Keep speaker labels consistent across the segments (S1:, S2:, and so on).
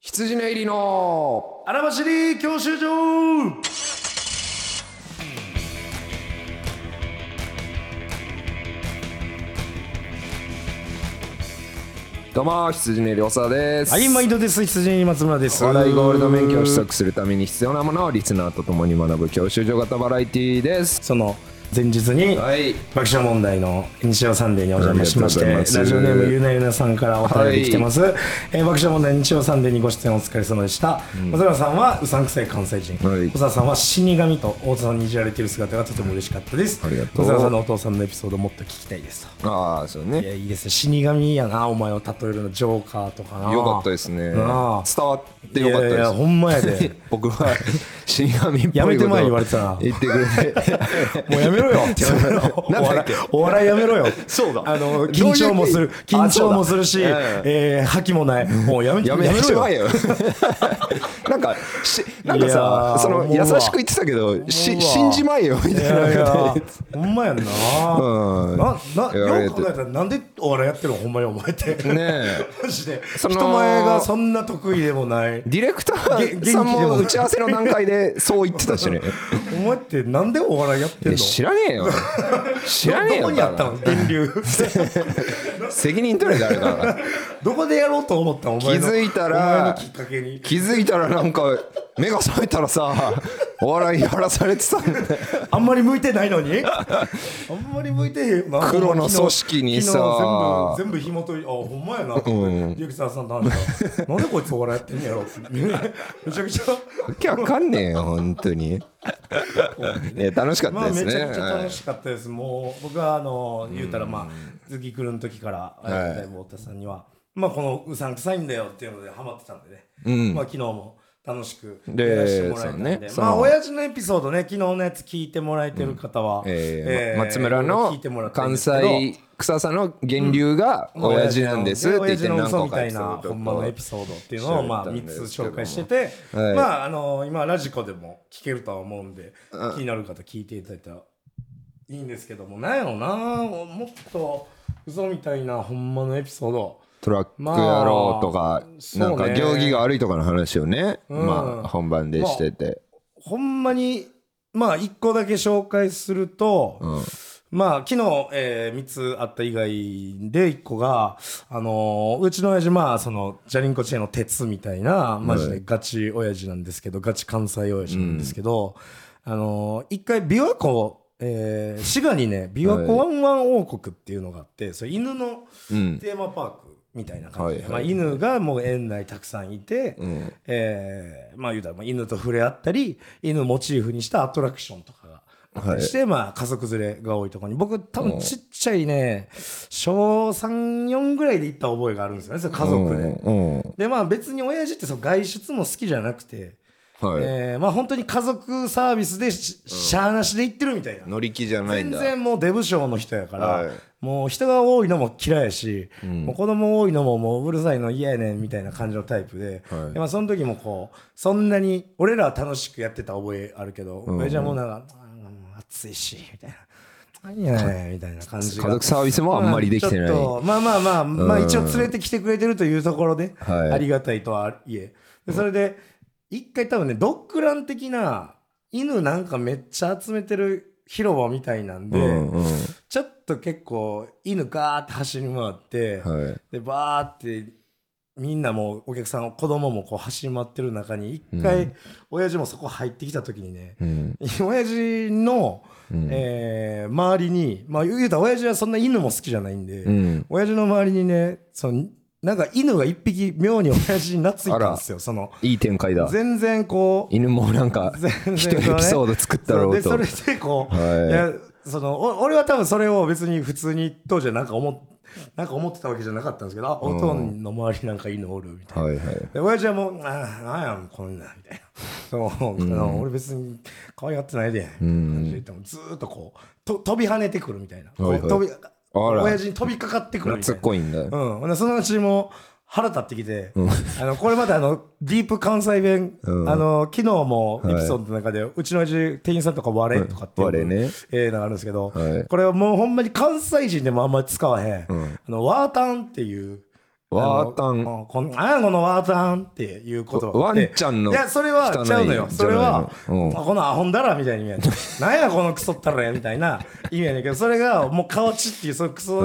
S1: 羊の入りの
S2: 荒走り教習所
S1: どうも羊の入り長田です
S2: はい毎度です羊に松村です
S1: お笑いゴールド免許を取得するために必要なものをリスナーと共に学ぶ教習所型バラエティーです
S2: その前日に
S1: はい
S2: 爆笑問題の日曜サンデーにお邪魔しまし
S1: あ
S2: て
S1: りがとうございます
S2: ラジオネームゆうなゆなさんからお便り来てます、えー爆笑問題日曜サンデーにご出演お疲れ様でした、松村さんはうさんくさい関西人、
S1: はい
S2: 小沢さんは死神と大津さんにいじられている姿がとても嬉しかったです、
S1: ありがとう
S2: 小沢さんのお父さんのエピソードもっと聞きたいですと
S1: ああそう
S2: い
S1: ね
S2: やいいですね死神やなお前を例えるのジョーカーとかな
S1: よかったですね伝
S2: あ
S1: わ
S2: あ
S1: ってよかったで
S2: いやいや
S1: す
S2: ほんまやで
S1: 僕は死神っぽいこと
S2: やめてまえ言われてたな
S1: 言ってくれて
S2: もうやめ ろよ。
S1: なんだっけ
S2: お笑いやめろよ。
S1: そうだ
S2: あの、緊張もす
S1: どうい
S2: る
S1: う。意味
S2: 緊張もす る
S1: あ
S2: し、
S1: そうだうん
S2: えー覇気もない。もうやめて
S1: や
S2: や
S1: め
S2: め
S1: やめち
S2: ろ
S1: まえ
S2: よ。
S1: よ なんかしなんか
S2: いや
S1: さ
S2: ー
S1: その
S2: 思う
S1: 優
S2: わ
S1: しく言ってたけど
S2: 思
S1: し
S2: うわ
S1: 信じまえよみた
S2: い
S1: いな
S2: やいや、ほんまやんな。
S1: うん
S2: な、な、
S1: 言われ
S2: よ
S1: て
S2: く考えたら、なんでお笑いやってるのほんまにお前って。
S1: ねえ
S2: マジで。
S1: そ
S2: 人
S1: の
S2: 前がそんな得意でもない。
S1: ディレクター
S2: げ
S1: さん
S2: 元気で
S1: も
S2: も
S1: 打ち合わせの段階でそう言ってたしね
S2: お前ってなんでお笑いやって
S1: いや
S2: んの
S1: 知らね えよ知らねえよ
S2: どこにあった
S1: だ
S2: の
S1: か
S2: 電流。
S1: ら責任取れ誰だから
S2: どこでやろうと思ったのお前の。
S1: 気づいたら
S2: お前のきっかけに。
S1: 気づいたらなんか目が覚めたら さお笑いやらされてたんだよ
S2: あんまり向いてないのに あんまり向いてへんよな
S1: 黒の組織にさ
S2: 昨日全部全部紐解いあほんまやなディレクターさんと話したなんでこいつお笑いやってんねやろってめちゃくちゃ
S1: わけわかんねえよ本当にね楽しかっ
S2: ま
S1: た
S2: あ
S1: です
S2: め
S1: ね
S2: ちゃくちゃ
S1: は
S2: 楽
S1: い
S2: しかったです、もう僕はあの言うたらまあ月来るの時からあ
S1: はい
S2: の太田さんにはまあこのうさんくさいんだよっていうのでハマってたんでね、まあ昨日も楽しく
S1: で
S2: やらせてもらえたんで
S1: そうね
S2: まあ
S1: そう
S2: 親父のエピソードね昨日のやつ聞いてもらえてる方は、
S1: えー
S2: えー
S1: 松村
S2: 聞いてもら
S1: の
S2: ったん
S1: 関
S2: ですけど
S1: 西臭さの源流が
S2: まあ
S1: 親父なんですって言
S2: 親
S1: って
S2: 父の
S1: 何
S2: 嘘
S1: 個
S2: み
S1: か
S2: た
S1: エ
S2: い
S1: ピソ
S2: な
S1: ードと
S2: ほんまのエピソードっていうのをまあ3つ紹介してて、
S1: はい
S2: まああの今ラジコでも聞けるとは思うんで、気になる方聞いていただいたらいいんですけどもなんやろなもっと嘘みたいなほんまのエピソード
S1: トラック野郎と
S2: ま
S1: か
S2: あ、
S1: なん
S2: そう
S1: か
S2: ね
S1: 行儀が悪いとかの話をね、
S2: うん
S1: まあ本番でしてて、
S2: ほんまにまあ1個だけ紹介すると、
S1: うん
S2: まあ昨日、え3つあった以外で1個が、あのーうちの親父まあそのジャリンコチェーンの鉄みたいなマジ
S1: は
S2: で
S1: い
S2: ガチ親父なんですけど、ガチ関西親父なんですけど、あのー、1回琵琶湖、えー滋賀にね琵琶湖ワンワン王国っていうのがあって、それ犬の
S1: うん
S2: テーマパークみたいな感じ
S1: はい
S2: で、
S1: はい
S2: まあ、犬がもう園内たくさんいて、
S1: うん
S2: えーまあ言うたらまあ犬と触れ合ったり犬モチーフにしたアトラクションとかがあったりして、まあ家族連れが多いところに僕多
S1: うん
S2: 分ちっちゃいね小34ぐらいで行った覚えがあるんですよねそれ家族で。
S1: うんうん
S2: でまあ別に親父ってその外出も好きじゃなくて、
S1: はい、
S2: えーまあ本当に家族サービスでし,、ゃーなしで行ってるみたいな。
S1: 乗り気じゃないん
S2: 全
S1: だ。
S2: 然もうデブ症の人やから、
S1: はい
S2: もう人が多いのも嫌いやし、もう子供多いのももううるさいの嫌やねんみたいな感じのタイプで、
S1: はい
S2: でまあ、その時もこうそんなに俺らは楽しくやってた覚えあるけど、親父はもうなんかあー暑いしみたいな。何やねんみたいな感じが
S1: 家族サービスもあんまりできてない
S2: まあちょっとまあまあまあ、まあ一応連れてきてくれてるというところで、
S1: はい
S2: ありがたいとはいえ。でそれで、一回多分ね、ドッグラン的な、犬なんかめっちゃ集めてる広場みたいなんで、
S1: うんうん
S2: ちょっと結構、犬ガーって走り回って、
S1: はい、
S2: で、バーって、みんなもうお客さん、子供もこう走り回ってる中に、一
S1: う
S2: 回、親父もそこ入ってきた時にね、
S1: うん
S2: 親父の、
S1: うん
S2: えー周りに、まあ、言うたら親父はそんな犬も好きじゃないんで、
S1: うん
S2: 親父の周りにねそのなんか犬が一匹妙に親父に懐いたんですよその
S1: いい展開だ。
S2: 全然こう
S1: 犬もなんか
S2: 全
S1: 一
S2: 然こうね
S1: エピソード作ったろうと。
S2: そうでそれでこう、
S1: はい
S2: いやそのお俺は多分それを別に普通に当時はなんか思っなんか思ってたわけじゃなかったんですけどあおとんの周りなんか犬おるみたいな。
S1: はいはい。
S2: で親父はもう「ああなんやんこんなん」みたいな「そう、あの俺別に可愛がってないで」みたいな感じで言ってもずーっとこうと飛び跳ねてくるみたいな、
S1: はいはい
S2: こう飛び
S1: あら
S2: 親父に飛びかかってくるみたい
S1: 懐っ
S2: な
S1: こいんだ。
S2: うん、ほんでそのうちも腹立ってきて、あのこれまであのディープ関西弁、
S1: うん
S2: あの昨日もエピソードの中で、うちの父店員さんとか「我」とかっていう、
S1: 我ね
S2: ええのがあるんですけど、
S1: はい
S2: これはもうほんまに関西人でもあんまり使わへん、
S1: うん
S2: あのワータンっていう
S1: ワータ
S2: あ
S1: ン。
S2: のこの、あこのワータンっていう言葉って。
S1: ワンちゃんの
S2: いや、それは
S1: 汚い
S2: ちゃうのよ。それは、
S1: じゃないのうん
S2: あこのアホンダラみたいに言うやん。なんやこのクソったらやみたいな意味やねんけど、それがもう顔ちっていう、そのクソ、
S1: う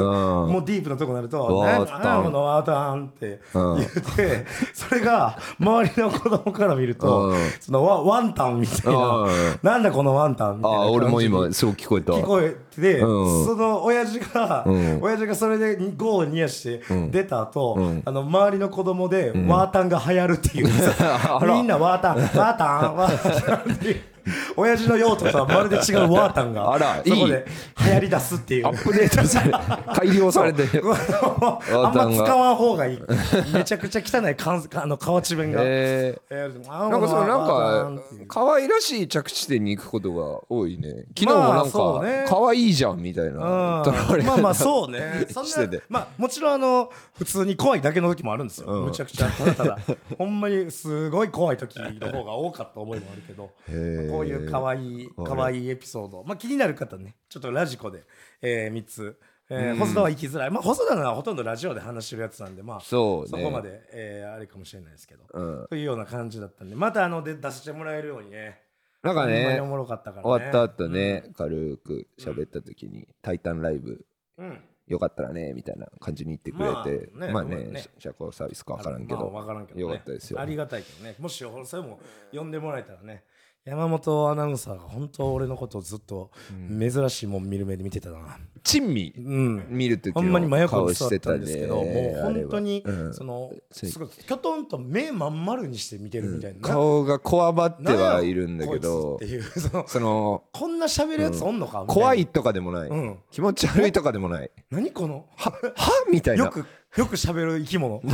S1: ん
S2: もうディープなとこになると、
S1: ワータン
S2: なんやこのワータンって
S1: うん
S2: 言って、それが周りの子供から見ると
S1: うん、
S2: そのワワンタンみたいな
S1: うん、
S2: なんだこのワンタンみ
S1: あ
S2: たいな
S1: あ、
S2: 感じに。
S1: 俺も今、そう聞こえた。
S2: 聞こえてて、
S1: うん
S2: その親父が、
S1: うん
S2: 親父がそれでゴーニヤして出た
S1: う
S2: 後、
S1: ん
S2: あの周りの子供でワータンが流行る っていう、みんなワータンワータンワータンって親父の用途とはまるで違うワータンが
S1: あら
S2: そこ
S1: いい
S2: で流行り出すっていう
S1: アップデートされ、 改良され て。
S2: あんま使わん方がいいめちゃくちゃ汚いかんあの河内弁が、
S1: えー
S2: えーあ
S1: なんかその
S2: ワータ
S1: な
S2: ン
S1: ん
S2: っ
S1: か
S2: ていう
S1: 可愛らしい着地点に行くことが多いね昨日も
S2: ま
S1: な
S2: あ
S1: ん
S2: そうね
S1: か可愛いじゃんみたいな
S2: うん
S1: 取られ
S2: まあまあそ うねそ
S1: して
S2: んな
S1: て
S2: まあもちろんあの普通に怖いだけの時もあるんですよ、
S1: うん
S2: むちゃくちゃただ ただほんまにすごい怖い時の方が多かった思いもあるけど
S1: へえ
S2: こういう可愛い
S1: あれ
S2: 可愛いエピソードまあ気になる方ねちょっとラジコで、え3つ、えー細田は行きづらいまあ細田はほとんどラジオで話してるやつなんでまあそ,、
S1: そうね
S2: こまで、えーあれかもしれないですけど、
S1: うん
S2: というような感じだったんでまたあので出してもらえるようにね
S1: なんか
S2: ほんまに
S1: ね
S2: おもろかったから、ね、
S1: 終わった後ね軽く喋った時に「タイタンライブ
S2: うん
S1: よかったらね」みたいな感じに言ってくれて
S2: まあね
S1: まあ
S2: ごめんね
S1: ね社交サービスか分からんけ
S2: まあ
S1: ど
S2: わからんけどね
S1: よかったですよ
S2: ありがたいけどねもしそれも呼んでもらえたらね山本アナウンサーが本当俺のことをずっと珍しいもん見る目で見てたな
S1: 珍味
S2: うん
S1: 見る時
S2: ほんまに真
S1: の
S2: 横
S1: 顔
S2: に座
S1: し
S2: ってた
S1: た
S2: んですけどもう本当に
S1: あれはうん
S2: その
S1: そう
S2: すごいきょとんと目まん丸にして見てるみたいな
S1: 顔がこわばっ
S2: な
S1: て
S2: んや
S1: はいるんだけど
S2: こいつっていう その
S1: その
S2: こんな喋るやつおんのかみたな
S1: 怖いとかでもない、
S2: うん
S1: 気持ち悪いとかでもない
S2: 何この
S1: ははみたいな
S2: よくよく喋る生き物
S1: な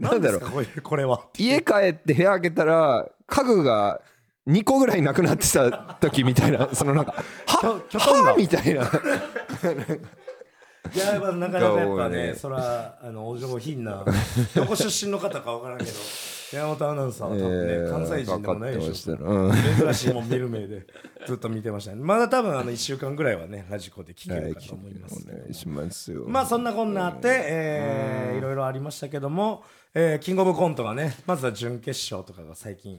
S2: 何
S1: んだ
S2: で
S1: ろ
S2: す
S1: う
S2: かこれこれは
S1: 家帰って部屋開けたら家具が2個ぐらいなくなってた時みたいなそのなんかは
S2: きょきょとんが
S1: はみたいない
S2: や、まあ、なかなかやっぱ
S1: が多い
S2: ね、
S1: ね
S2: そら、あの、お上品な、どこ出身の方かわからんけど、山本アナウンサーは多分ね、
S1: えー
S2: 関西人でもないでしょ。
S1: わかってま
S2: 珍しいもん見る目で、ずっと見てましたね。まだ多分、あの、1週間ぐらいはね、ラジコで聞
S1: した
S2: け
S1: うん
S2: るかと思いますけど。
S1: お願いしますよ
S2: まあ、そんなこんなあって、えーいろいろありましたけども、えーキングオブコントがね、まずは準決勝とかが最近、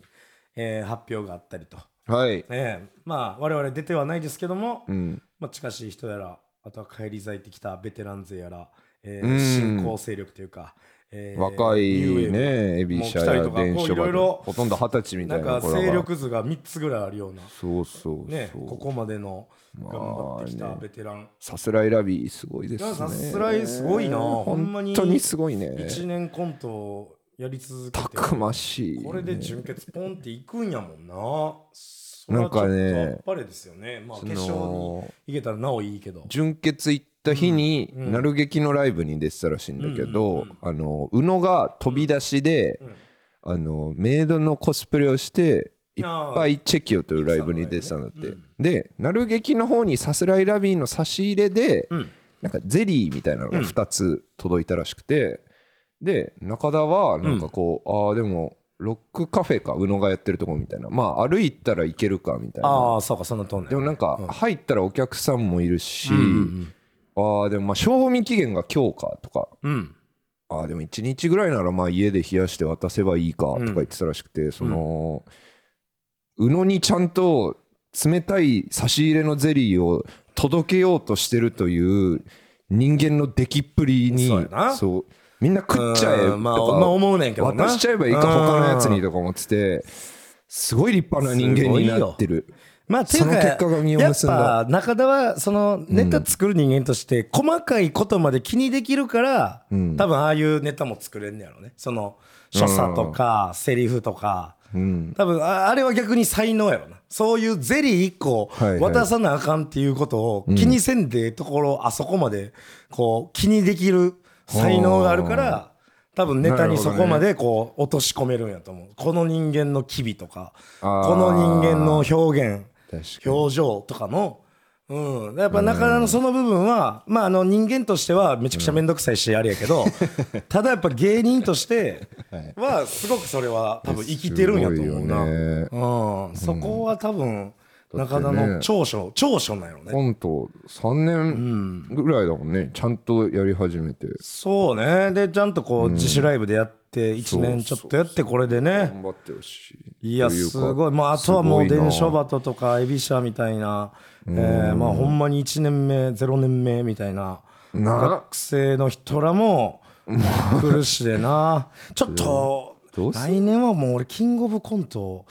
S2: えー発表があったりと。
S1: はい
S2: ねえ、まあ、我々出てはないですけども、
S1: うん
S2: まあ、近しい人やら、あとは返り咲いてきたベテラン勢やら、え
S1: う
S2: ー、
S1: ん
S2: 新興勢力というか、えー
S1: 若い
S2: UA
S1: ねエビシャ
S2: もう来たり
S1: や
S2: とか
S1: 電
S2: こう
S1: 車
S2: いろいろ
S1: ほとんど二十歳みた
S2: ないん
S1: な
S2: か
S1: 子らが
S2: 勢力図が3つぐらいあるような、
S1: そうそうそう、
S2: ね、ここまでの頑
S1: まあ
S2: 張ってきた
S1: ね
S2: ベテラン、
S1: さすらいラビーすごいです
S2: い
S1: ね
S2: やさすらいすごいなほんまに
S1: 本当にすごいね
S2: 1年コントをやり続け
S1: た
S2: て、
S1: くましいね、
S2: これで準決ポンっていくんやもんな。それ
S1: な
S2: は
S1: ん
S2: ちょっ
S1: か
S2: と
S1: ね
S2: あっぱれですよね。まあ、
S1: そ
S2: 決
S1: の
S2: 勝に行けたらなおいいけど。
S1: 純潔行った日に、
S2: うんうん
S1: なる劇のライブに出てたらしいんだけど、
S2: うんうんうん
S1: あの宇野が飛び出しで、あのメイドのコスプレをしていっぱいチェキオというライブに出てたんだって、
S2: うん
S1: でなる劇の方にさすらいラビーの差し入れで、
S2: うん
S1: なんかゼリーみたいなのが2つ届いたらしくて、で中田はなんかこう、ああでもロックカフェか宇野がやってるとこみたいなまあ歩いたらいけるかみたいな
S2: ああ、そうか、そのとおり
S1: でもなんか入ったらお客さんもいるし、
S2: うんうん
S1: ああでもまあ賞味期限が今日かとか
S2: うんうん。
S1: ああでも1日ぐらいならまあ家で冷やして渡せばいいかとか言ってたらしくて、その宇野にちゃんと冷たい差し入れのゼリーを届けようとしてるという人間の出来っぷりに
S2: そうやな
S1: そうみんな食っちゃえと
S2: う
S1: か、
S2: んまあ、まあ思うねんけどな。
S1: 渡しちゃえばいいか他のやつにとか思っててすごい立派な人間になってる。
S2: まあ、ていうか
S1: その結果が実を結んだ
S2: やっぱ中田はそのネタ作る人間として細かいことまで気にできるから、
S1: ん
S2: 多分ああいうネタも作れんねやろねその所作とかセリフとか、
S1: うん
S2: 多分ああれは逆に才能やろなそういうゼリー一個
S1: はいはい
S2: 渡さなあかんっていうことを気にせんでええところあそこまでこう気にできる才能があるから多分ネタにそこまでこう落とし込めるんやと思う、この人間の機微とかこ
S1: あー
S2: の人間の表現
S1: 確かに
S2: 表情とかの、うん、やっぱ中田のその部分は、まあ、あの人間としてはめちゃくちゃ面倒くさいしあれやけど、ただやっぱ芸人としてはすごくそれは多分生きてるんやと思う
S1: す
S2: な、
S1: ごいよね
S2: うん、そこは多分中田の長所長所なんやろね、
S1: コント3
S2: う
S1: 年
S2: ん、
S1: ぐらいだもんねちゃんとやり始めて
S2: そうねでちゃんとこう
S1: うん
S2: 自主ライブでやって1年ちょっとやってこれでね
S1: 頑張ってほしい
S2: いや
S1: とう
S2: す
S1: か
S2: ごいまああとはもう
S1: すごいな
S2: 伝書バトとかエビシャみたいなえーまあほんまに1年目0年目みたいな
S1: な
S2: 学生の人らも苦しい でなちょっと
S1: どうす
S2: 来年はもう俺キングオブコント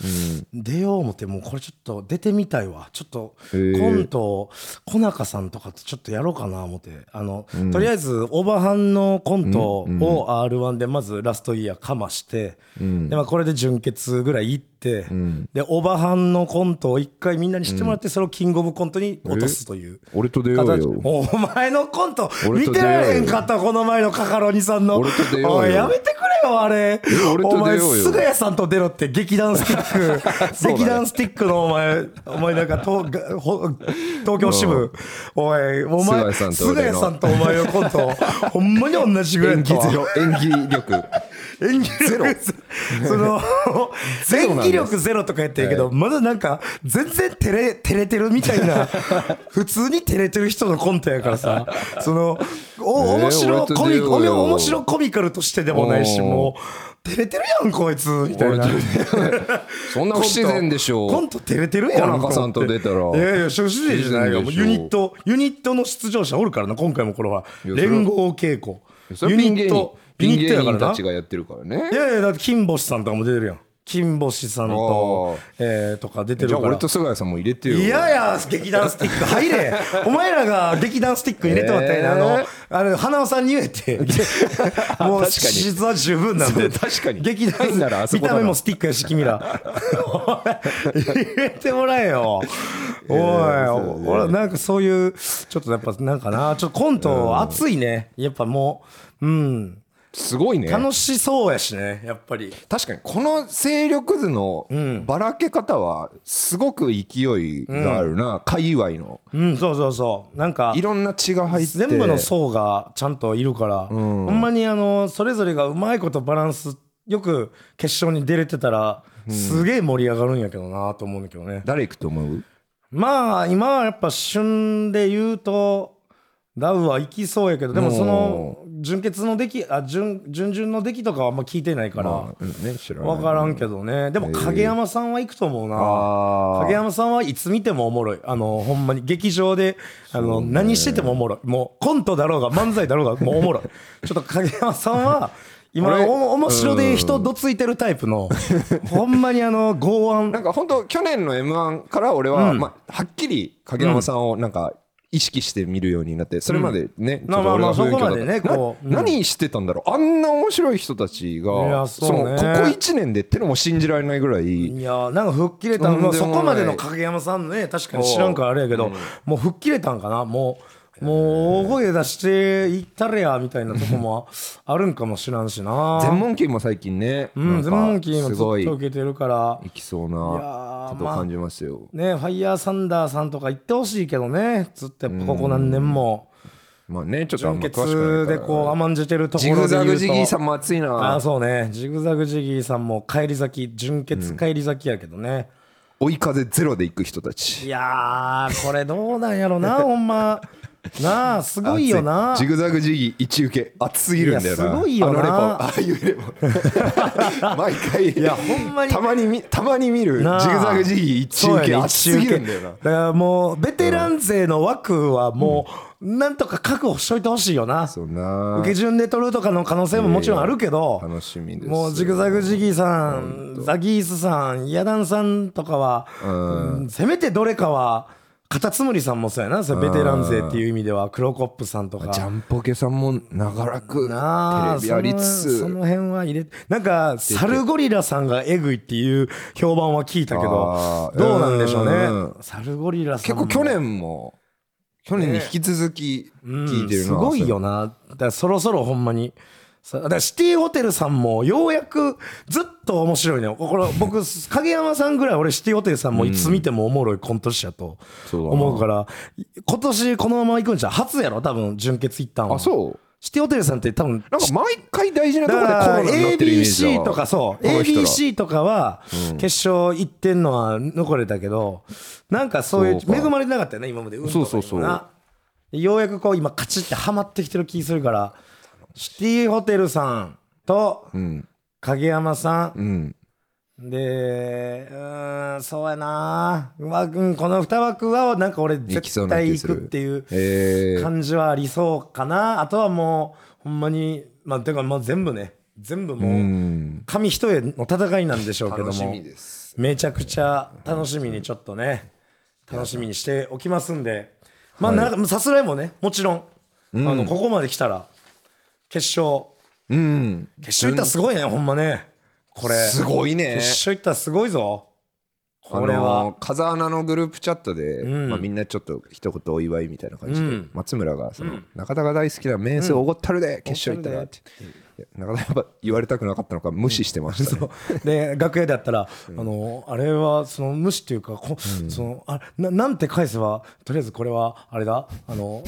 S2: 出よう思ってもうこれちょっと出てみたいわちょっと
S1: へー
S2: コント小中さんとかとちょっとやろうかな思ってあのとりあえずオバハンのコントを r 1でまずラストイヤーかましてでまあこれで準決ぐらい行ってでオバハンのコントを一回みんなに知ってもらってそれをキングオブコントに落とすという。
S1: 俺と出よう
S2: 形
S1: よ
S2: お前のコント
S1: 俺
S2: 見
S1: と
S2: て
S1: 出ようよ
S2: られへんかったこの前のカカロニさんの
S1: 俺と出ようよ
S2: おいやめてくれよあれ
S1: 俺と
S2: お
S1: 出よう
S2: 前
S1: よ
S2: 菅谷さんと出ろって劇団スティッ ク、
S1: そうだね
S2: 劇団スティックのお前お前なんか東がほ東京支部おいお
S1: 菅
S2: 前
S1: 谷さんと俺の
S2: 菅谷さんとお前のコントほんまに同じぐらい
S1: 演
S2: の
S1: 技ゼロ演技 力
S2: 演技
S1: ゼロ
S2: 力 その
S1: ゼロ
S2: 演
S1: なんです
S2: 技力ゼロとか言ってるけど、まだなんか全然照れ照れてるみたいな 普通に照れてる人のコントやからさそのお
S1: えー
S2: 面白
S1: 俺と
S2: コミ
S1: 出ようよ
S2: おも面白コミカルとしてでもないし
S1: おー
S2: もう照れてるやんこいつみたいな
S1: 俺とそんな不自然でしょ
S2: コント照れてるやん
S1: 小中さんと
S2: 思って
S1: 出たら
S2: いやいや不自然じゃないよ
S1: 不
S2: もう
S1: 自然で
S2: ユ
S1: しょ
S2: ニットユニットの出場者おるからな今回もこれはい
S1: やそれは
S2: 連合稽古
S1: それピン芸人ピン
S2: ユニット
S1: 芸
S2: やか
S1: 人
S2: ら
S1: た
S2: な
S1: ちがやってるからね
S2: いやいやだって金星さんとかも出てるやん金星さんと
S1: あー、
S2: えー、とか出て
S1: じ
S2: る
S1: ゃあ
S2: から
S1: 俺と菅谷さんも入れてよ
S2: いやいや劇団スティック 入れお前らが劇団スティック入れてもらったらいいな、
S1: えー
S2: あのあれ花尾さんに言えても う
S1: 確かに
S2: 実は十分なんで
S1: そう 確かに
S2: 劇
S1: 入
S2: 団
S1: んならあそ
S2: 見
S1: こだな
S2: た目もスティックやし君 ら入れてもらえよおい、
S1: そうね
S2: 俺なんかそういうちょっとやっぱなんかなちょっとコント熱いねやっぱもううん
S1: すごいね
S2: 楽しそうやしねやっぱり。
S1: 確かにこの勢力図のばらけ方はすごく勢いがあるな、界隈の
S2: うん、そうそうそう。なんか
S1: い、ろんな血が入って
S2: 全部の層がちゃんといるから、ほんまにあの、それぞれがうまいことバランスよく決勝に出れてたら、すげえ盛り上がるんやけどなと思うんだけどね。
S1: 誰行くと思う
S2: まあ、今はやっぱ旬で言うと、ダウはいきそうやけど、でもその、準決の出来、あ、準、準々の出来とかはあんま聞いてないから
S1: ま、あ、うんね知らない
S2: わからんけどね。でも影山さんは行くと思うな。
S1: あ
S2: 影山さんはいつ見てもおもろいあのほんまに劇場であの、何しててもおもろいもうコントだろうが漫才だろうがもうおもろ いちょっと影山さんは今
S1: 俺
S2: お面白で人どついてるタイプのほんまにあの 剛
S1: なん
S2: 腕
S1: か本当去年の m 1から俺は、まあ、はっきり影山さんをなんか意識して見るようになってそれまでね、
S2: まあまあまあ
S1: ちょっと俺が不勉強だった
S2: そこまでねこう
S1: な何してたんだろうあんな面白い人たち
S2: い
S1: が
S2: やそうね
S1: のここ1年でってのも信じられないぐらい
S2: いやーなんか吹っ切れたん、まあ、
S1: とんで
S2: そ
S1: もない
S2: こまでの影山さんね確かに知らんからあれやけど、もう吹っ切れたんかなもうもう大声出していったれやみたいなとこもあるんかもしらんしな
S1: 全問金も最近ね、
S2: うん全問
S1: なん
S2: 金
S1: かす
S2: もずっと
S1: ごい
S2: 受けてるから
S1: いきそう
S2: いや
S1: な
S2: ー
S1: ことを感じますよ。
S2: ね、ファイヤーサンダーさんとか行ってほしいけどね、ずっとやっぱここ何年も、
S1: まあね、ちょっとあん
S2: 純
S1: ま詳しくな
S2: 潔で
S1: い
S2: こう
S1: から。
S2: 甘んじてるとこ
S1: ジグ
S2: ろで言うと
S1: ザグジギーさんも熱い
S2: ああ、
S1: な。
S2: そうね、ジグザグジギーさんも返り咲き、純潔返り咲きやけどね、
S1: 追い風ゼロで行く人た
S2: い
S1: ち。
S2: やー、これどうなんや ろな、ほんま、なあ、すごいよな
S1: 熱い。ジグザグジギー一受け、熱すぎるんだよな。
S2: いやすごいよな
S1: あのレポ、ああいうレポ。 毎回、い
S2: やほんまに
S1: たまに見、たまに見る、ジグ
S2: なあ
S1: ザグジギー一受け、熱すぎるんだよな
S2: だ。からもう、ベテラン勢の枠はもう、なんとか確保しといてほしいよな。
S1: そうな
S2: 受け順で取るとかの可能性ももちろんあるけど、
S1: 楽しみです。
S2: もうジグザグジギーさん、ザギースさん、ヤダンさんとかは、うんせめてどれかは、カタツムリさんもそうやな、それベテラン勢っていう意味では、クロコップさんとか。
S1: ジャンポケさんも長らく
S2: なあ
S1: テレビやりつつ。
S2: そのその辺は入れなんかサルゴリラさんがえぐいっていう評判は聞いたけ
S1: あ
S2: ど
S1: ー
S2: どうなんでしょう
S1: うんうん
S2: ねサルゴリラさ
S1: 結
S2: んも
S1: 構去年も去年に引き続き聞いてるな、
S2: うんすごいよ
S1: ね
S2: なだからそろそろほんまにさだからシティホテルさんもようやくずっと面白いねこれ僕 影山さんぐらい俺シティホテルさんもいつ見てもおもろいコント師やと
S1: そうだな
S2: 思うから今年このまま行くんじゃん初やろ多分準決一旦は
S1: あそう
S2: シティホテルさんって多分
S1: なんか毎回大事なところでコロナになってるイメージだ
S2: ABC
S1: わ
S2: とかそう
S1: この人ら
S2: ABC とかは
S1: うん
S2: 決勝行ってんのは残れたけどなんかそういう
S1: そうか
S2: 恵まれてなかったよね今まで運とかにもな
S1: そうそうそう
S2: ようやくこう今カチッてハマってきてる気するからシティホテルさんと
S1: うん
S2: 影山さん
S1: うん
S2: でうーんそうやなうわうんこの2枠はなんか俺
S1: 行きそう
S2: 絶
S1: な
S2: 対
S1: 気
S2: 行
S1: す
S2: く
S1: る
S2: っていう
S1: えー、
S2: 感じはありそうかなあとはもうほんまにまあてかまあ全部ね全部
S1: う
S2: もうん紙一重の戦いなんでしょうけど
S1: 楽し
S2: も
S1: みです
S2: めちゃくちゃ楽しみにちょっとね楽しみにしておきますんでまあ
S1: は
S2: なさすらいもねもちろんあのここまで来たら決勝
S1: うん
S2: 決勝行ったらすごいねほんまねこれ
S1: すごいね
S2: 決勝行ったらすごいぞこれ
S1: あの
S2: は
S1: ー風穴のグループチャットで、
S2: ん
S1: まあ、みんなちょっと一言お祝いみたいな感じで、
S2: うん
S1: 松村がその、中田が大好きな名声おごったるで、決勝行ったら」って、いや中田やっぱ言われたくなかったのか無視してましたね、
S2: で楽屋であったら、あのあれはその無視っていうかこ、そのあななんて返せばとりあえずこれはあれだあの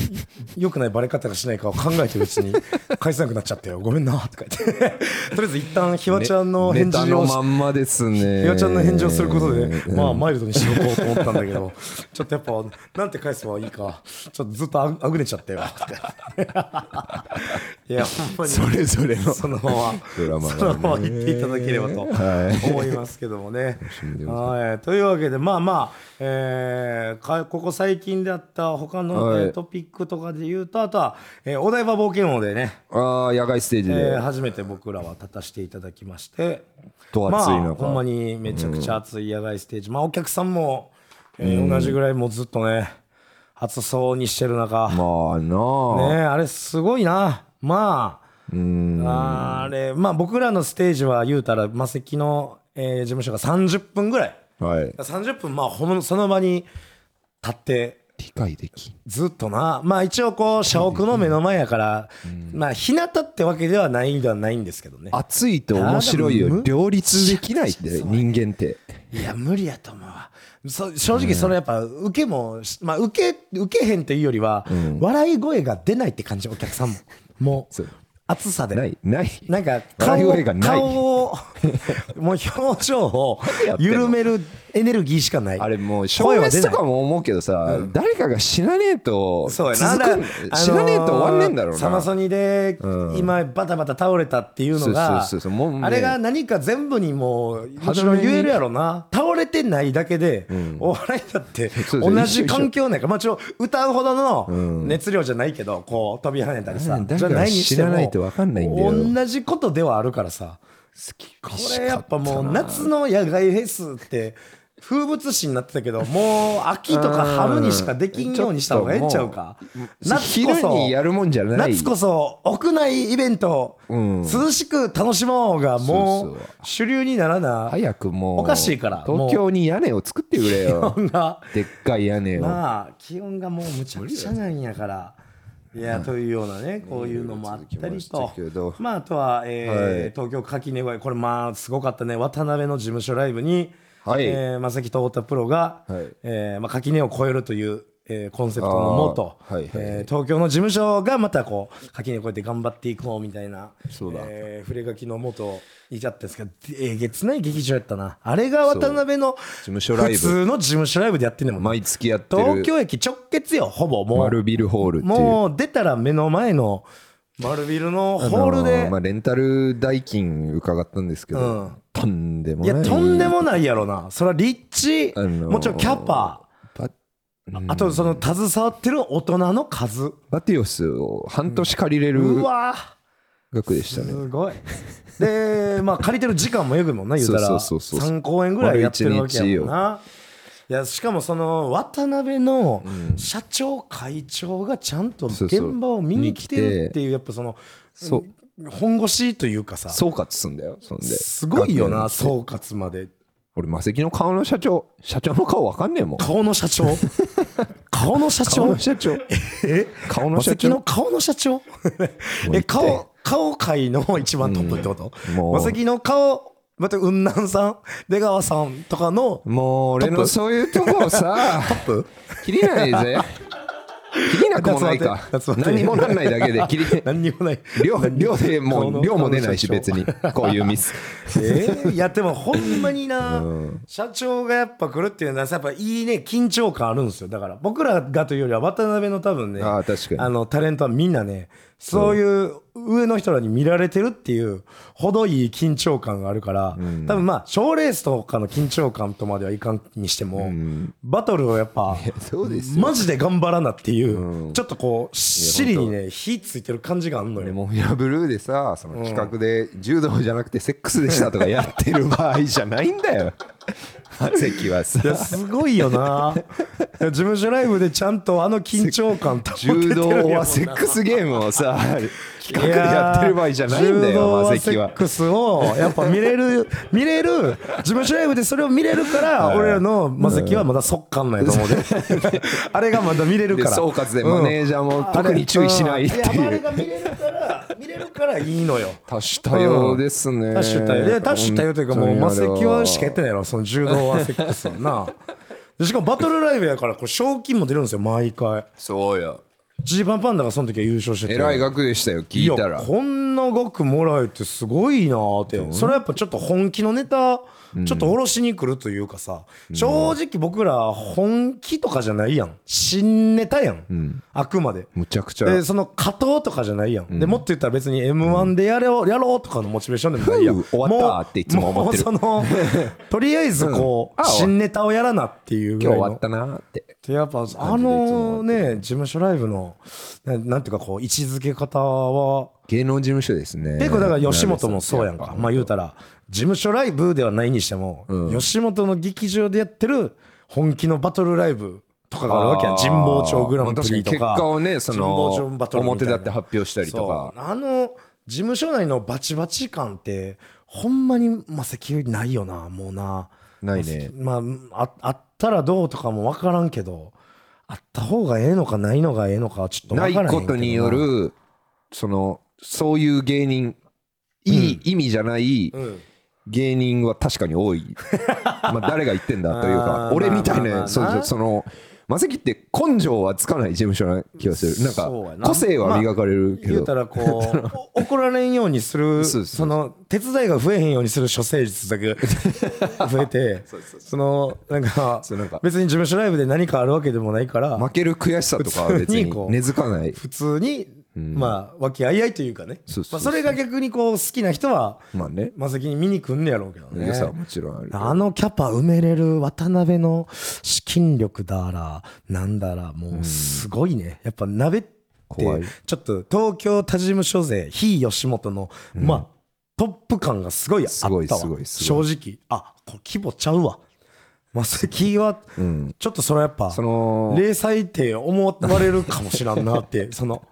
S2: よくないバレ方がしないかを考えてるうちに 返せなくなっちゃったよごめんなとか言って とりあえず一旦ひわちゃんの返事
S1: ネタの
S2: をし
S1: まんまですね
S2: ひわちゃんの返事をすることで、
S1: うん
S2: まあマイルドにしとこうと思ったんだけど ちょっとやっぱなんて返せばいいかちょっとずっとあぐあぐねちゃったよって いやほんまに
S1: それぞれの
S2: そのまま、
S1: ドラマがね
S2: そのまま言っていただければと
S1: はい
S2: 思いますけどもね
S1: みで。ご
S2: はい、というわけで、まあまあ、えーかここ最近であった他の、
S1: はい
S2: えートピックとかで言うと、あとは、えーお台場冒険王でね、
S1: ああ野外ステージで、
S2: えー初めて僕らは立たせていただきまして、
S1: と暑い中
S2: まあ、ほんまにめちゃくちゃ暑い野外ステージ、まあお客さんも、えー同じぐらいもうずっとね、暑そうにしてる中、
S1: まあなあ、
S2: ねえあれすごいなまああれまあ僕らのステージは言うたらマセキの、えー事務所が30分ぐらい
S1: はい
S2: 30分まあほんその場に立って
S1: 理解できん
S2: ずっとなまあ一応こう社屋の目の前やから、まあ日向ってわけではないではないんですけどね
S1: 熱いと面白い
S2: ただ
S1: よ
S2: む
S1: 両立できないって人間って
S2: いや無理やと思うわそ正直それやっぱ受けもし、まあ、受け受けへんというよりは、笑い声が出ないって感じお客さんももう
S1: そう
S2: 暑さで
S1: ないない
S2: なんか
S1: 笑い
S2: 顔を
S1: 声がない
S2: 顔を もう表情を
S1: ってんの
S2: 緩めるエネルギーしかない
S1: あれもう小
S2: 声は出
S1: 説
S2: な
S1: と
S2: い
S1: かも思うけどさ、誰かが死なねえと
S2: そう
S1: 続
S2: や
S1: く
S2: なだから
S1: ん死なねえと終わんねえんだろう
S2: あのー
S1: な、
S2: サマソニで
S1: うん
S2: 今バタバタ倒れたっていうのが
S1: そうそうそうそうもうね
S2: あれが何か全部にもうもちろん言えるやろな倒れてないだけでお笑いだって
S1: そうそう一
S2: 同
S1: 緒
S2: じ
S1: 一緒
S2: 環境内からまあちろん歌うほどの熱量じゃないけどこう飛び跳ねたりさ
S1: うん
S2: じゃないにして
S1: 誰かが知らない
S2: も
S1: と分かんないんだよ
S2: 同じことではあるからさこれやっぱもう夏の野外フェスって風物詩になってたけどもう秋とか春にしかできんようにした方がええんちゃうか夏こ
S1: 昼
S2: そ
S1: にやるもんじゃない
S2: 夏こそ屋内イベント
S1: うん
S2: 涼しく楽しもうがも
S1: そう
S2: う
S1: そう
S2: 主流にならな
S1: 早くもう
S2: おかしいからもう
S1: 東京に屋根を作ってくれよ
S2: こんな
S1: でっかい屋根を、
S2: まあ気温がもうむちゃくちゃなんやから。いやというようなね、こういうのもあったり
S1: いろいろ
S2: と
S1: 続きましたけど、
S2: まあ、あとは、えー
S1: はい
S2: 東京垣根越え、これ、まあ、すごかったね、渡辺の事務所ライブに、
S1: はい
S2: えー、正木と太田プロが、
S1: はい
S2: えーまあ、垣根を越えるという、えーコンセプトのもと、
S1: あーはいはいはい
S2: えー東京の事務所がまたこう垣根を越えて頑張っていこうみたいな、
S1: そうだ
S2: えー触れ書きのもと、いちゃったんですけど、えげつない劇場やったな、あれが渡辺の
S1: 務所ライブ
S2: 普通の事務所ライブでやってんねんもんな
S1: 毎月やってる
S2: 東京駅直結よほぼも
S1: 丸
S2: う
S1: ビルホールっていう
S2: もう出たら目の前の丸ビルのホール
S1: あの
S2: で、
S1: まあ、レンタル代金伺ったんですけど、
S2: うん
S1: とんでも
S2: い
S1: ない
S2: やとんでもないやろなそれは立地、
S1: あのー
S2: もちろんキャパ
S1: バ
S2: あとその携わってる大人の数
S1: バティオスを半年借りれ
S2: う
S1: る
S2: わ
S1: 額でしたね
S2: すごいでまあ借りてる時間もえぐいもんな言うたら
S1: そうそうそうそう
S2: 3公演ぐらいやってるわけやもんないやしかもその渡辺の社長会長がちゃんと
S1: そう
S2: 現
S1: そう
S2: 場を見に来てるっていうやっぱその
S1: そう
S2: 本腰というかさ
S1: 総括すんだよそんです
S2: ごいよ
S1: 楽
S2: な
S1: 屋に
S2: 総括まで
S1: 俺マセキの顔の社長社長の顔わかんねえもん
S2: 顔の社 長顔の社
S1: 顔
S2: 長
S1: の社長
S2: え
S1: 顔の
S2: マ
S1: 社
S2: セキの
S1: 長
S2: 顔の 社長
S1: う
S2: え
S1: 一回
S2: 顔顔界の一番トップってこと、
S1: うんもう
S2: マセキの顔また雲南さん出川さんとかの
S1: もう俺のそういうとこをさ切りないぜ気になくもない か
S2: 夏バテ夏バテ
S1: 何もなんないだけで気に
S2: 何にもない
S1: 量量で
S2: こ
S1: も
S2: の
S1: う量も出ないし
S2: この
S1: 別
S2: 社長
S1: にこういうミ ス
S2: えーいやでもほんまにな、
S1: うん
S2: 社長がやっぱ来るっていうのはやっぱいいね緊張感あるんですよだから僕らがというよりは渡辺の多分ね
S1: ああ確か
S2: あ
S1: に
S2: のタレントはみんなねそういう上の人らに見られてるっていうほどいい緊張感があるから、
S1: うん
S2: 多分まあ賞ーレースとかの緊張感とまではいかんにしても、
S1: ん
S2: バトルをやっぱ
S1: そうですよ
S2: マジで頑張らなっていう、
S1: うん
S2: ちょっとこう尻にね火ついてる感じがあんの
S1: で
S2: よ。
S1: もフィアブルーでさその企画で柔道じゃなくてセックスでしたとかやってる場合じゃないんだよ関はい
S2: や
S1: さ
S2: すごいよないや事務所ライブでちゃんとあの緊張感保っててる
S1: 柔
S2: よ
S1: 道はセッ
S2: い
S1: クスゲームをさ企画で
S2: や
S1: やってる場合じゃないんだ
S2: 柔道
S1: よ
S2: はセ
S1: 関は
S2: ックスをやっぱ見れる 見れる事務所ライブでそれを見れるから俺らのマセキはまだそっかんないと思うであれがまだ見れる
S1: で
S2: から
S1: 総括でマネージャーも
S2: うん
S1: 特に注意しないって
S2: あれんや
S1: い
S2: あれ
S1: う
S2: が見れるから見れるからいいのよ
S1: 多種多様ですね
S2: 多種多様で多種多様というかもうマセキはしかやってないやろその柔道はセックスはな でしかもバトルライブやからこれ賞金も出るんですよ毎回
S1: そうよ
S2: ジーパンパンダがその時は優勝してて
S1: えらい額でしたよ聞いたら
S2: やこんな額もらえてすごいなーってそれはやっぱちょっと本気のネタちょっと下ろしに来るというかさ、正直僕ら本気とかじゃないやん新ネタやん、あくまで
S1: むちゃくちゃ
S2: でその加藤とかじゃないやん、でもっと言ったら別に m 1でやろう、やろうとかのモチベーションでもないやん
S1: ふう終わった
S2: もう
S1: っていつも思ってる
S2: もう そのとりあえずこ
S1: う
S2: う、
S1: んあ
S2: 新ネタをやらなっていうぐ
S1: 今
S2: ら
S1: 日
S2: い
S1: 終
S2: の
S1: わったなーって
S2: でやっぱあのね事務所ライブのななんていうかこう位置づけ方は
S1: 芸能事務所ですね
S2: 結構だから吉本もそうやんかまあ言うたら事務所ライブではないにしても吉本の劇場でやってる本気のバトルライブとかがあるわけやん神保町グランプリとか
S1: まあ確かに結果をねそ
S2: 神保町バ
S1: の
S2: トルみた
S1: 表
S2: いな
S1: 立って発表したりとか
S2: そうあの事務所内のバチバチ感ってほんまにマセキないよなもうな
S1: ないね
S2: まあああったらどうとかも分からんけどあった方がええのかないのがええのかはちょっと分
S1: な
S2: からへん
S1: い
S2: けど
S1: ことによるそのそういう芸人いい意味じゃない
S2: うん
S1: 芸人は確かに多 いまあ誰が言ってんだという
S2: あ
S1: か
S2: ー
S1: 俺みたい
S2: まあまあまあ
S1: なそうそうそのマセキって根性はつかない事務所な気がするなん
S2: そうや
S1: か
S2: な
S1: 個性は磨かれるけ
S2: 言う
S1: ど
S2: た らこうお怒られんようにする
S1: そうそう
S2: その手伝いが増えへんようにする処世術だけ 増えてそのなんか
S1: そうなんか
S2: 別に事務所ライブで何かあるわけでもないから
S1: 負ける悔しさとかは別
S2: 普通に
S1: に
S2: こう
S1: 根付かない
S2: 普通に、まあ和気あいあいというかね
S1: そうそうそう
S2: まあ、それが逆にこう好きな人は
S1: まあね
S2: まあ先に見に来んねやろうけどね
S1: 良さはもちろんある
S2: あのキャパ埋めれる渡辺の資金力だらなんだらもうすごいねやっぱ鍋って
S1: 怖い
S2: ちょっと東京他事務所勢非吉本のまあトップ感がすごいあった
S1: すごいすご
S2: わ
S1: いす
S2: 正
S1: ご
S2: 直あこれ規模ちゃうわマセキは
S1: うん
S2: ちょっとそれはやっぱ
S1: その
S2: 零細って思われるかもしらんなってその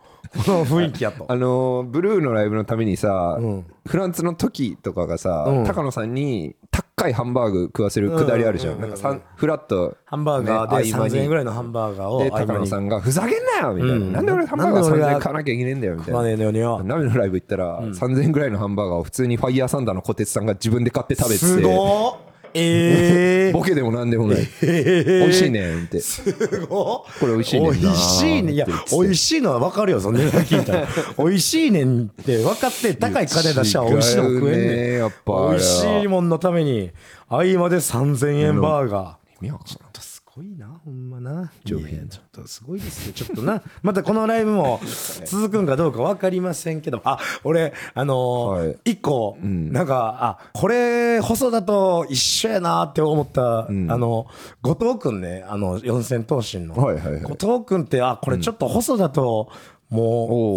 S2: この雰囲気やと
S1: あのーブルーのライブのためにさ、
S2: うん
S1: フランスの時とかがさ、
S2: うん
S1: 高野さんに高いハンバーグ食わせるくだりあるじゃん,、
S2: うんうんうんう
S1: なんんかさんフラッと、
S2: ハンバーガーで
S1: ね合間に
S2: 3000円ぐらいのハンバーガーを
S1: で
S2: 合
S1: 高
S2: 間
S1: 野
S2: に
S1: さんが「ふざけんなよ!」みたいな、
S2: うん
S1: なんで俺ハンバーガー
S2: なんで俺が
S1: 3000円買わなきゃいけねえんだよ」みたい
S2: マ
S1: な。
S2: ネーのようには
S1: 鍋のライブ行ったら、3000円ぐらいのハンバーガーを普通にファイヤーサンダーの小鉄さんが自分で買って食べて
S2: す
S1: て
S2: ごっ ええ
S1: ボケでもなんでもない、
S2: ー
S1: 美味しいねんって
S2: すごっ
S1: これ美味しいねんな
S2: 美味しいねいや
S1: って言って
S2: 美味しいのは分かるよその値段聞いた ら美味しいねんって分かって高い金出したら美味しいの食
S1: 違
S2: えん
S1: う
S2: ねん
S1: ねやっぱあれは
S2: 美味しいもんのために合間で3000円バーガー
S1: 意味わかんない
S2: すごいなほんまな
S1: 上品
S2: いやちょっとすごいですねちょっとな またこのライブも続くんかどうか分かりませんけどあ俺あのー
S1: はい
S2: 一個、なんかあこれ細田と一緒やなって思った、あの後藤君ねあの四千頭身の、
S1: はいはいはい
S2: 後藤君ってあこれちょっと細田と、も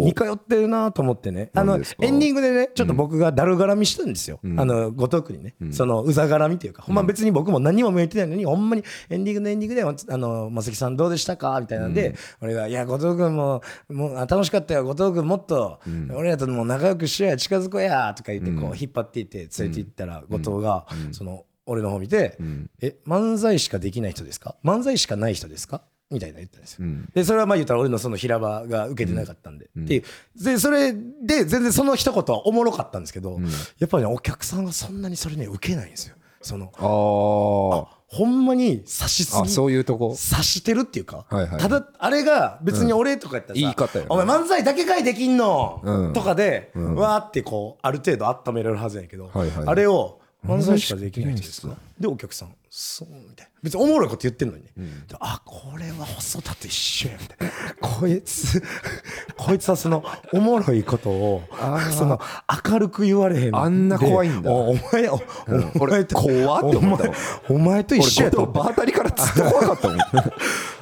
S1: お
S2: う
S1: う
S2: 似通ってるなと思ってねあの
S1: 何
S2: エ
S1: ですか
S2: ンディングでねちょっと僕がだるがらみしたんですよ、あの後藤君にね、そのうざがらみというか、ほんま別に僕も何も向いてないのにほんまにエンディングのエンディングで「あの松木さんどうでしたか?」みたいなんで、俺が「いや後藤君ももうあ楽しかったよ後藤君もっと、俺らともう仲良くしようや近づこうや」とか言ってこう引っ張っていって連れて行ったら、後藤が、その俺の方見て「え漫才しかできない人ですか漫才しかない人ですか?」みたいな言ったんですよ。
S1: うん
S2: でそれはまあ言ったら俺のその平場が受けてなかったんで、っていうでそれで全然その一言はおもろかったんですけど、やっぱりねお客さんがそんなにそれね受けないんですよその
S1: あ
S2: ほんまに差しす
S1: ああ
S2: ぎ
S1: そういうとこ
S2: 刺してるっていうか、
S1: はいはい
S2: ただあれが別に俺とかやったらさ、
S1: 言い方やな
S2: お前漫才だけかいできんの、
S1: うん
S2: とかで、
S1: うん
S2: わーってこうある程度温められるはずやけど、
S1: はいはい
S2: あれを漫才しかできないんで
S1: 漫才し
S2: す
S1: かで
S2: かでお客さんそうみたいな別におもろいこと言ってんのにね、
S1: ん
S2: であこれは細田と一緒やみたいなこいつこいつはそのおもろいことを
S1: あー
S2: その明るく言われへん
S1: あんな怖いんだ
S2: でおお前お,、お前と
S1: 俺怖って思ったわ
S2: お前お前と一緒やと
S1: 俺
S2: 思った
S1: バータリからずっと怖かったもん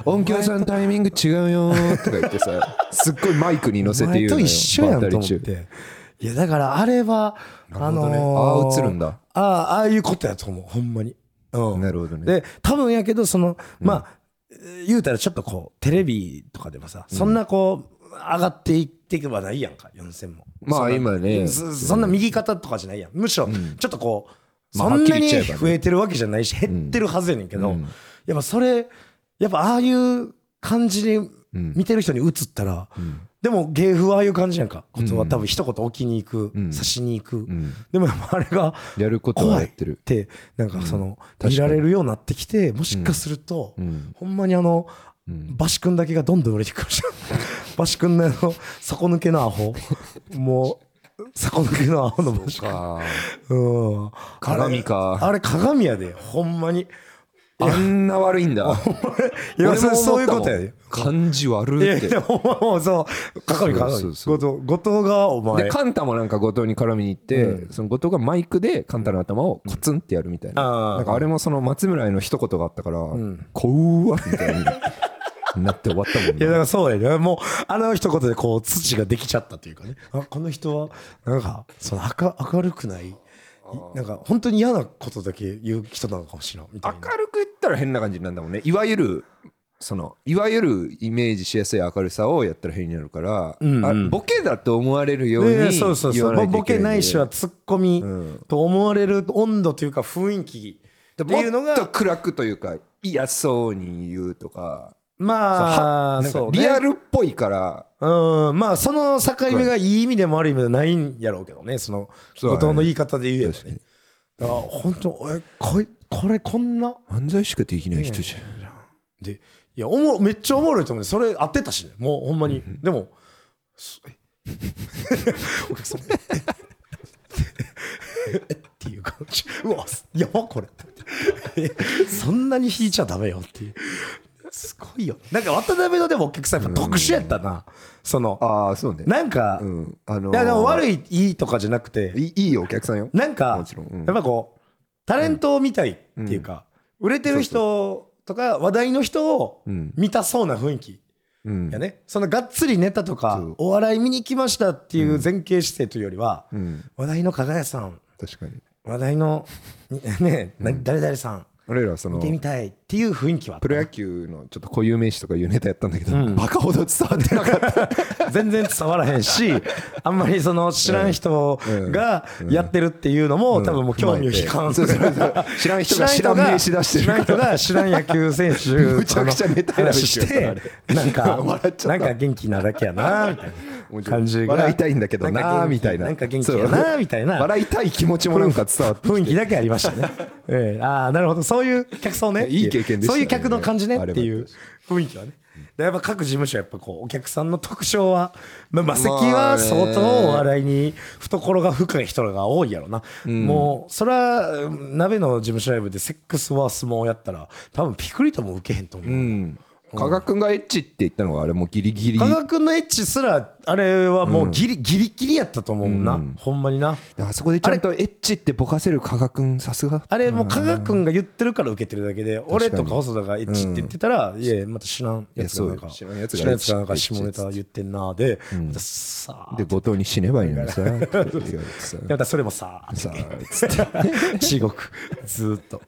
S1: 音響さんタイミング違うよーとか言ってさすっごいマイクに乗せて言う
S2: お前と
S1: のよ
S2: 一緒やん
S1: バータ
S2: と
S1: リ
S2: 思っ
S1: 中
S2: ていやだからあれは
S1: ほ
S2: あ
S1: ど
S2: の
S1: ねあ
S2: ー
S1: あ映るんだ
S2: ああああいうことやと思うほんまにうん
S1: なるほどね
S2: で多分やけどそのまあ、言うたらちょっとこうテレビとかでもさそんなこう、上がっていっていけばないやんか4000も
S1: まあ
S2: そんな
S1: 今ね
S2: そそんな右肩とかじゃないやんむしろちょっとこう、
S1: まあ
S2: そ
S1: は
S2: んな
S1: っきり
S2: に
S1: 言っちゃえばね
S2: 増えてるわけじゃないし減ってるはずやねんけど、
S1: うん
S2: やっぱそれやっぱああいう感じに見てる人に映ったら、でも芸風はああいう感じやんかことは多分一言置きに行く、
S1: ん
S2: 差しに行く、
S1: ん
S2: でもやっぱあれが
S1: やることは
S2: 怖
S1: や
S2: いっ
S1: ってる
S2: てなんかその、
S1: かに
S2: 見られるようになってきてもしかすると、
S1: ん
S2: ほんまにあの、バシ君だけがどんどん売れてくるじゃんバシ君のあの底抜けのアホもう底抜けのアホのバシ君
S1: あ
S2: うん
S1: 鏡か
S2: あれあれ鏡やでほんまに
S1: ーあんな悪いんだ
S2: い
S1: 俺
S2: や
S1: も思った
S2: そ
S1: もん
S2: そういうことやで
S1: 感じ悪
S2: い
S1: い
S2: や
S1: って
S2: でもお前もそう鏡鏡
S1: そう
S2: 後
S1: そう
S2: 藤後藤がお前
S1: でカンタもなんか後藤に絡みに行って、その後藤がマイクでカンタの頭をコツンってやるみたいな,、
S2: あー
S1: なんかあれもその松村への一言があったから、こうわみたいになって終わったもん
S2: いやだか
S1: ね
S2: らそうやねもうあの一言でこう土ができちゃったというかねあこの人はなんかその明明るくないいなんか本当に嫌なことだけ言う人なのかもしれないみたいな
S1: 明るく言ったら変な感じになるんだもんねいわゆるそのいわゆるイメージしやすい明るさをやったら変になるから、
S2: うんうん
S1: あボケだと思われるように
S2: い
S1: 言わ
S2: やい
S1: ないといけないんで、
S2: やそうそうそうボケないしはツッコミ
S1: ん
S2: と思われる温度というか雰囲気
S1: で
S2: っていうの
S1: もっと
S2: が
S1: 暗くというか嫌そうに言うとか
S2: まあ
S1: なんか
S2: そうね
S1: リアルっぽいから
S2: うんまあその境目がいい意味でも悪い意味でもないんやろうけどねその
S1: そうだ
S2: 後
S1: ね
S2: 藤の言い方で言えば
S1: 確か
S2: ねだから本当えこいこれこんな
S1: 犯罪しかできない人じゃん
S2: でいやおもろめっちゃおもろいと思うねそれ合ってたしねもうほんまにでもそえ お客さんえええっていう感じうわやばこれえ そんなに引いちゃダメよっていうすごいよなんか渡辺のでもお客さんやっぱ特殊やったなその
S1: ああそうね
S2: なんか、
S1: うんあの
S2: いやでも悪
S1: い
S2: いいいとかじゃなくて
S1: いいいお客さんよ
S2: なん
S1: も
S2: か
S1: ちろんうん
S2: やっぱこうタレントを見たいっていうか、売れてる人とか話題の人を
S1: うん
S2: 見たそうな雰囲気
S1: うん
S2: やね、そのがっつりネタとか
S1: そう
S2: お笑い見に来ましたっていう前傾姿勢というよりは、
S1: うん
S2: 話題の加賀谷さん
S1: 確かに
S2: 話題の ね、な誰々さん
S1: 俺らその
S2: 見てみたいっていう雰囲気はあった
S1: プロ野球のちょっと固有名詞とかいうネタやったんだけど、バカほど伝わってなかった
S2: 全然伝わらへ んしあんまりその知らん人がやってるっていうのも多分もう興味を引かん
S1: そうそうそう知らん人が知らん名詞出してる
S2: 知らん人が知らん野球選手
S1: むちゃくちゃネタ選び
S2: 話
S1: し
S2: して
S1: る
S2: てなんか
S1: 笑っちゃ
S2: な
S1: っ
S2: ん
S1: た
S2: か元気なだけやなみたいな感じが
S1: 笑いたいんだけど
S2: んか元
S1: な
S2: 気
S1: みたいな
S2: なんか元気やなみたい
S1: そう
S2: な
S1: 笑いたい気持ちもなんか伝わって
S2: 雰囲気だけありました ねええああなるほどそういう客層ねってう
S1: いい経験でしたね
S2: そういう客の感じねってい
S1: あれ
S2: う
S1: は
S2: 雰囲気はねでやっぱ各事務所やっぱこうお客さんの特徴はまあマセキ
S1: まあ
S2: は
S1: ね
S2: 相当お笑いに懐が深い人が多いやろな、もうそれは鍋の事務所ライブでセックスは相撲やったら多分ピクリとも受けへんと思う、
S1: うん加賀君がエッチって言ったのがあれもうギリギリ
S2: 加賀君のエッチすらあれはもうギリ,、ギリギリやったと思うな、ほんまにな
S1: あそこでちゃんとエッチってぼかせる加賀君さすが
S2: あれもう加賀君が言ってるから受けてるだけで、俺とか細田がエッチって言ってたら、いや、また知らんやつがなんか、
S1: いやそうよ知らんやつが
S2: 知らんやつがなんか下ネタ言ってんなで、またさあ、
S1: で
S2: で
S1: 後藤に死ねばいいのにさって言われてさ
S2: またそれもさあ、
S1: さあつ って
S2: 地獄、ずーっと、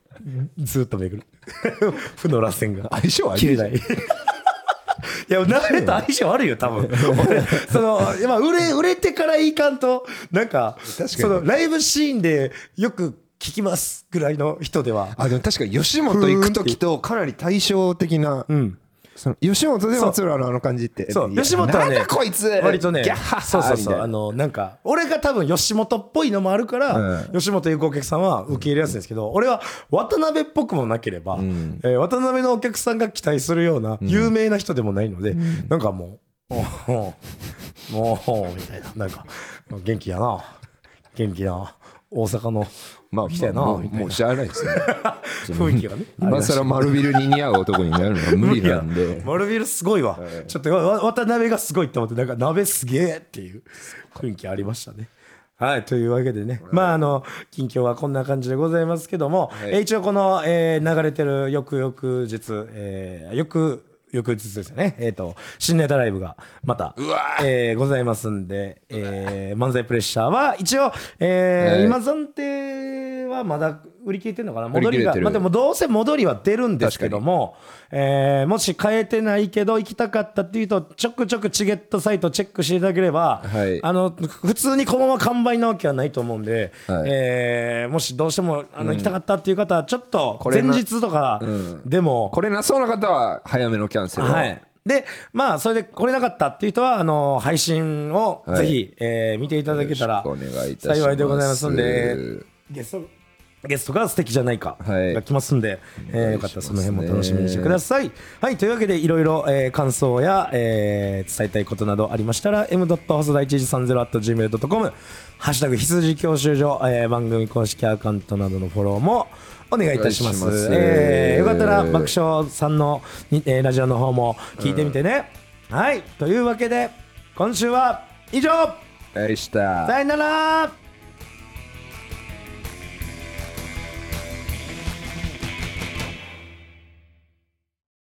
S2: ずーっと巡る。 負の螺旋が。
S1: 相性悪い
S2: 切れ ない。いや、鍋と相性悪いよ、多分。俺その、まあ、売れ、売れてからいいかんと、なんか、
S1: かに
S2: その、ライブシーンでよく聞きますぐらいの人では、
S1: あでも確かに吉本行く時とかなり対照的な
S2: うん。
S1: その吉本で松浦のあの感じって
S2: そう
S1: いや
S2: 吉本はね
S1: なんだこいつ
S2: 割とね
S1: ギャッハッハ
S2: そうそう
S1: みた
S2: そ
S1: いうな
S2: あのなんか俺が多分吉本っぽいのもあるから、
S1: うん
S2: 吉本行くお客さんは受け入れやすいんですけど、俺は渡辺っぽくもなければ、
S1: ん
S2: えー渡辺のお客さんが期待するような有名な人でもないので、なんかもう「もうもう」みたいななんか元気やな元気やな大阪の
S1: まあ
S2: 来たよな
S1: もう
S2: みたいな
S1: もうしゃあない ですね
S2: 雰囲気がね
S1: 今更丸ビルに似合う男になるのは無理なんで
S2: 丸ビルすごいわ、ちょっとわ渡辺がすごいって思ってなんか鍋すげえっていう雰囲気ありましたね。はいというわけでね、まああの近況はこんな感じでございますけども、えー一応この、えー流れてる翌々日、えー、翌翌日ですよね、えー、と新ネタライブがまた、えーございますんで、えー漫才プレッシャーは一応、えー
S1: はい
S2: 今暫定はまだ売り切れてるのかな戻
S1: 売り切
S2: り
S1: れ
S2: が
S1: てる
S2: まあでもどうせ戻りは出るんですけども、えーもし変えてないけど行きたかったっていうとちょくちょくチゲットサイトチェックしていただければ、
S1: はい
S2: あの普通にこのまま完売なわけはないと思うんで、
S1: はい
S2: えーもしどうしてもあの行きたかったっていう方はちょっと
S1: これ
S2: 前
S1: な
S2: 日とかでも、
S1: これなそうな方は早めのキャンセルを
S2: はい。で、まあ、それで来れなかったっていう人は、あの、配信を
S1: はい
S2: ぜひ、えー見ていただけた
S1: よ
S2: ら
S1: ろしくお願いい、たします
S2: 幸いでございますんで、ゲスト、ゲストが素敵じゃないか、
S1: はい
S2: が来ますんで、えーよかったらその辺も楽しみにしてください。はい、というわけで、いろいろ、えー感想や、えー伝えたいことなどありましたら、m. 細田1 1 3 0 g m a i l c o m ハッシュタグ、羊教習所、えー番組公式アカウントなどのフォローも、お願いいたします。
S1: お願いします
S2: えーよかったら、爆笑翔さんのに、えーラジオの方も聞いてみてね、はいというわけで今週は以上
S1: でした
S2: さよなら